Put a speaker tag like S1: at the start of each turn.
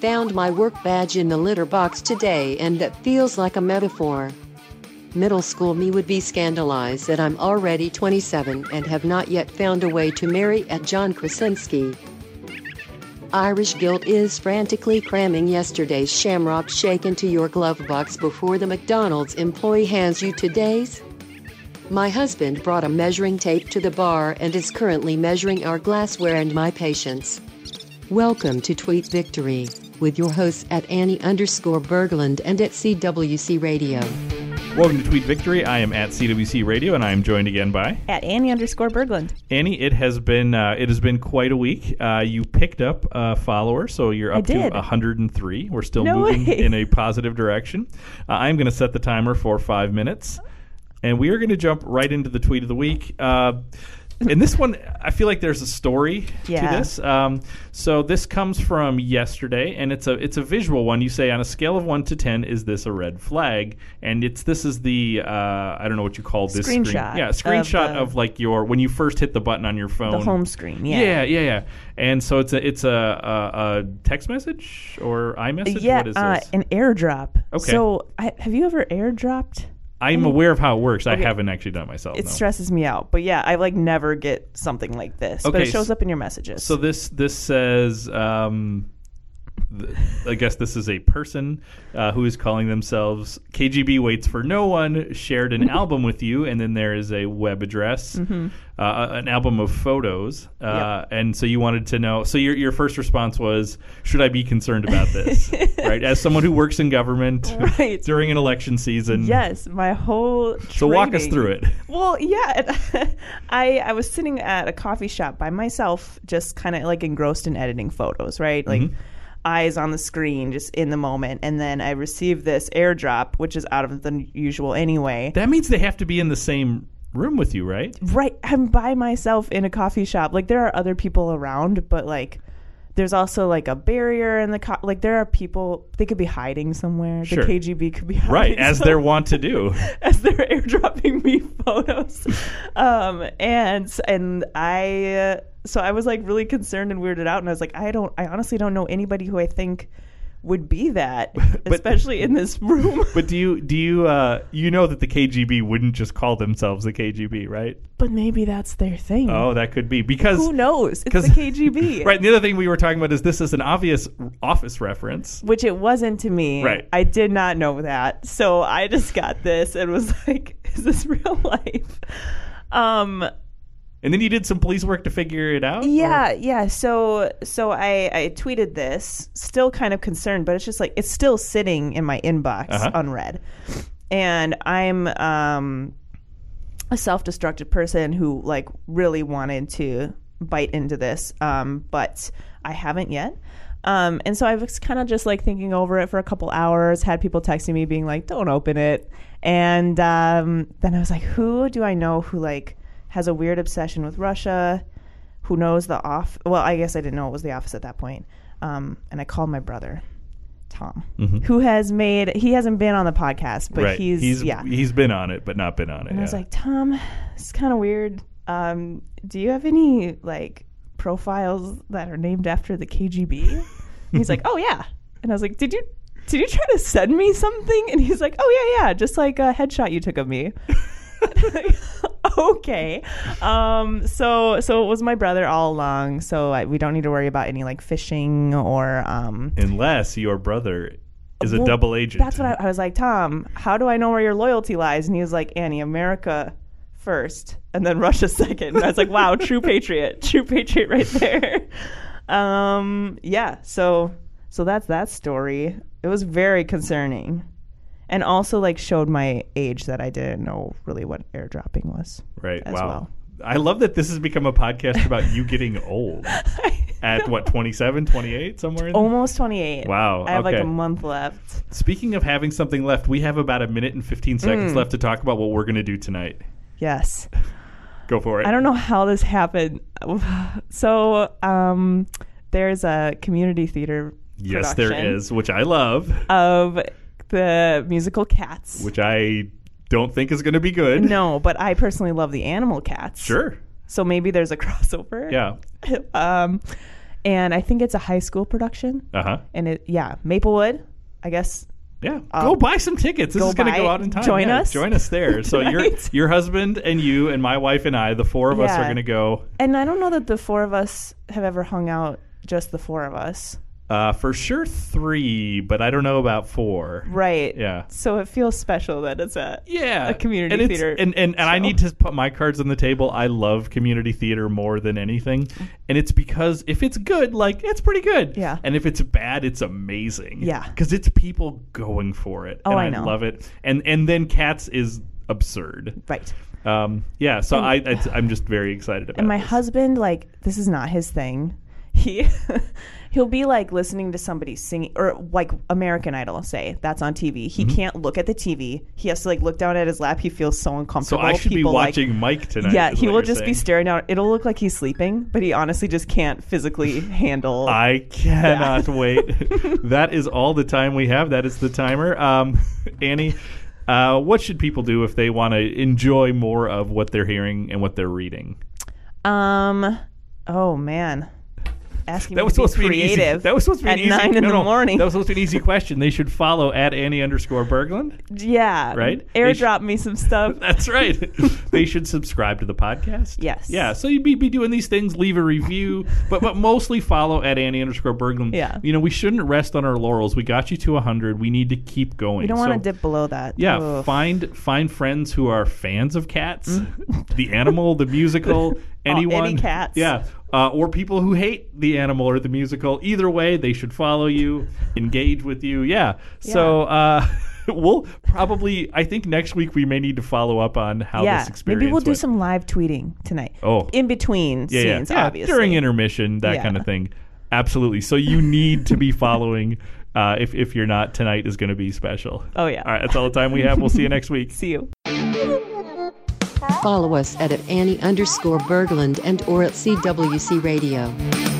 S1: Found my work badge in the litter box today, and that feels like a metaphor. Middle school me would be scandalized that I'm already 27 and have not yet found a way to marry at John Krasinski. Irish Guilt is frantically cramming yesterday's shamrock shake into your glove box before the McDonald's employee hands you today's. My husband brought a measuring tape to the bar and is currently measuring our glassware and my patience. Welcome to Tweet Victory with your hosts at Annie underscore Berglund and at CWC Radio.
S2: Welcome to Tweet Victory. I am at CWC Radio, and I am joined again by
S3: at Annie underscore Berglund.
S2: Annie. It has been uh, it has been quite a week. Uh, you picked up a follower, so you're up to
S3: did.
S2: 103. We're still
S3: No
S2: moving
S3: way.
S2: in a positive direction. Uh, I'm going to set the timer for five minutes, and we are going to jump right into the tweet of the week. Uh, and this one, I feel like there's a story to
S3: Yeah.
S2: this. Um, so this comes from yesterday, and it's a it's a visual one. You say on a scale of one to ten, is this a red flag? And it's this is the uh, I don't know what you call this screen-
S3: Screenshot
S2: Yeah,
S3: of
S2: screenshot of,
S3: the-
S2: like your when you first hit the button on your phone.
S3: The home screen, yeah.
S2: Yeah, yeah, yeah. And so it's a it's a, a, a text message or iMessage.
S3: Yeah,
S2: what is
S3: uh,
S2: this?
S3: an airdrop.
S2: Okay.
S3: So, I, have you ever airdropped?
S2: I'm aware of how it works. I haven't actually done it myself.
S3: It
S2: no.
S3: stresses me out. But yeah, I like never get something like this. but
S2: Okay,
S3: it shows
S2: s-
S3: up in your messages.
S2: So this this says, um, th- I guess this is a person uh, who is calling themselves KGB waits for no one. Shared an album with you, and then there is a web address,
S3: Mm-hmm.
S2: uh, an album of photos, uh, and so you wanted to know. So your your first response was, should I be concerned about this? right, as someone who works in government
S3: Right.
S2: during an election season.
S3: yes, my whole.
S2: So walk us
S3: training-
S2: through it.
S3: Well, yeah, and I I was sitting at a coffee shop by myself, just kind of like engrossed in editing photos, right? Like
S2: Mm-hmm.
S3: eyes on the screen, just in the moment, and then I received this airdrop, which is out of the usual anyway.
S2: That means they have to be in the same room with you, right?
S3: right, I'm by myself in a coffee shop. Like there are other people around, but like. There's also like a barrier in the co- like there are people they could be hiding somewhere.
S2: Sure.
S3: The KGB could be hiding
S2: Right, as
S3: somewhere.
S2: they're wont to do.
S3: as they're airdropping me photos. Um, and and I uh, so I was like really concerned and weirded out, and I was like, I don't, I honestly don't know anybody who I think would be that, especially in this room.
S2: But do you do you uh, you know that the KGB wouldn't just call themselves the KGB, right?
S3: but maybe that's their thing.
S2: Oh, that could be because
S3: who knows? It's
S2: 'cause-
S3: the KGB,
S2: Right. And the other thing we were talking about is this is an obvious r- office reference.
S3: Which it wasn't to me.
S2: Right.
S3: I did not know that, so I just got this and was like, "Is this real life?" Um,
S2: And then you did some police work to figure it out. or-
S3: Yeah, yeah. So so I, I tweeted this, still kind of concerned, but it's just like it's still sitting in my inbox
S2: Uh-huh.
S3: unread. And I'm um a self-destructive person who like really wanted to bite into this, um, but I haven't yet. Um, and so I was kind of just like thinking over it for a couple hours. Had people texting me being like, "Don't open it," and um, then I was like, "Who do I know who like has a weird obsession with Russia? Who knows the off? Well, I guess I didn't know it was the office at that point." Um, and I called my brother, Tom, who has made he hasn't been on the podcast, but
S2: right.
S3: he's, yeah
S2: he's been on it, but not been on it.
S3: and I was
S2: yeah.
S3: like, Tom, it's kind of weird. Um, do you have any like profiles that are named after the KGB? And he's like, Oh yeah. And I was like, Did you did you try to send me something? And he's like, Oh yeah, yeah, just like a headshot you took of me. okay. Um, so so it was my brother all along. So I, we don't need to worry about any like phishing or um,
S2: unless your brother is a
S3: well,
S2: double agent.
S3: that's what I, I was like, Tom, how do I know where your loyalty lies? And he was like, Annie, America first and then Russia second. And I was like, wow, true patriot, true patriot right there. Um, yeah, so so that's that story. It was very concerning. And also like showed my age that I didn't know really what airdropping was.
S2: right.
S3: as
S2: wow.
S3: well.
S2: I love that this has become a podcast about you getting old at what 27, 28 somewhere in there?
S3: Almost 28.
S2: Wow,
S3: I have like
S2: okay.
S3: a month left.
S2: Speaking of having something left, we have about a minute and 15
S3: Mm.
S2: seconds left to talk about what we're going to do tonight.
S3: Yes.
S2: Go for it.
S3: I don't know how this happened. So um, there's a community theater.
S2: Yes, there
S3: production
S2: is, which I love,
S3: of the musical Cats.
S2: which I don't think is going to be good.
S3: no, but I personally love the animal Cats.
S2: Sure.
S3: So maybe there's a crossover.
S2: Yeah.
S3: Um, and I think it's a high school production.
S2: Uh huh.
S3: And it, yeah, Maplewood. I guess
S2: Yeah. go buy some tickets. This
S3: Um, go
S2: is going to
S3: buy
S2: go
S3: it.
S2: out in time.
S3: Join
S2: Yeah,
S3: us.
S2: Join us there. So your
S3: Right.
S2: your husband and you and my wife and I, the four of us, are
S3: Yeah.
S2: going to go
S3: And I don't know that the four of us have ever hung out, just the four of us.
S2: uh, for sure three, but I don't know about four.
S3: Right.
S2: Yeah.
S3: So it feels special that it's at
S2: Yeah,
S3: a community
S2: and it's-
S3: theater.
S2: and and, and I
S3: show.
S2: need to put my cards on the table. I love community theater more than anything, and it's because if it's good, like it's pretty good.
S3: Yeah.
S2: and if it's bad, it's amazing.
S3: Yeah.
S2: because it's people going for it.
S3: Oh,
S2: and
S3: I know.
S2: love it. And and then Cats is absurd.
S3: Right.
S2: Um, yeah, so I, it's, I'm just very excited about.
S3: And my
S2: this.
S3: husband, like, this is not his thing. He he'll be like listening to somebody singing or like American Idol say that's on TV. He
S2: Mm-hmm.
S3: can't look at the TV. He has to like look down at his lap. He feels so
S2: So
S3: uncomfortable.
S2: I should be
S3: People, like-
S2: watching Mike tonight.
S3: yeah,
S2: is
S3: he
S2: what
S3: will
S2: you're
S3: just be
S2: saying.
S3: staring out. It'll look like he's sleeping, but he honestly just can't physically handle.
S2: I cannot wait. that is all the time we have. That is the timer. Um, Annie, uh, what should people do if they want to enjoy more of what they're hearing and what they're reading?
S3: Um. Oh man, asking
S2: That
S3: me
S2: was
S3: to be
S2: supposed to be an easy.
S3: creative.
S2: That was supposed to be
S3: at
S2: an easy.
S3: nine in
S2: no,
S3: the
S2: no,
S3: morning.
S2: That was supposed to be an easy question. They should follow at Annie underscore Berglund.
S3: yeah.
S2: Right? They sh-
S3: Airdrop me some stuff.
S2: That's right. they should subscribe to the podcast.
S3: Yes.
S2: Yeah. So you'd be, be doing these things, leave a review, but but mostly follow at Annie underscore Berglund.
S3: Yeah.
S2: You know, we shouldn't rest on our laurels. We got you to 100. We need to keep going.
S3: we don't
S2: so,
S3: want to dip below that.
S2: Yeah,
S3: Ugh.
S2: find find friends who are fans of cats, the animal, the musical, anyone.
S3: Mm. Oh, any cats.
S2: Yeah, uh, or people who hate the animal or the musical. Either way, they should follow you, engage with you. Yeah. So uh, we'll probably, I think next week we may need to follow up on how
S3: yeah.
S2: this experience.
S3: Maybe we'll do
S2: went.
S3: some live tweeting tonight.
S2: Oh.
S3: In between
S2: Yeah, yeah,
S3: scenes,
S2: yeah,
S3: obviously.
S2: during intermission, that
S3: Yeah.
S2: kind of thing. Absolutely. So you need to be following. Uh, if if you're not, tonight is going to be special.
S3: Oh, yeah.
S2: All right, that's all the time we have. We'll see you next week.
S3: See you.
S1: Follow us at, at Annie underscore Berglund and or at CWC Radio.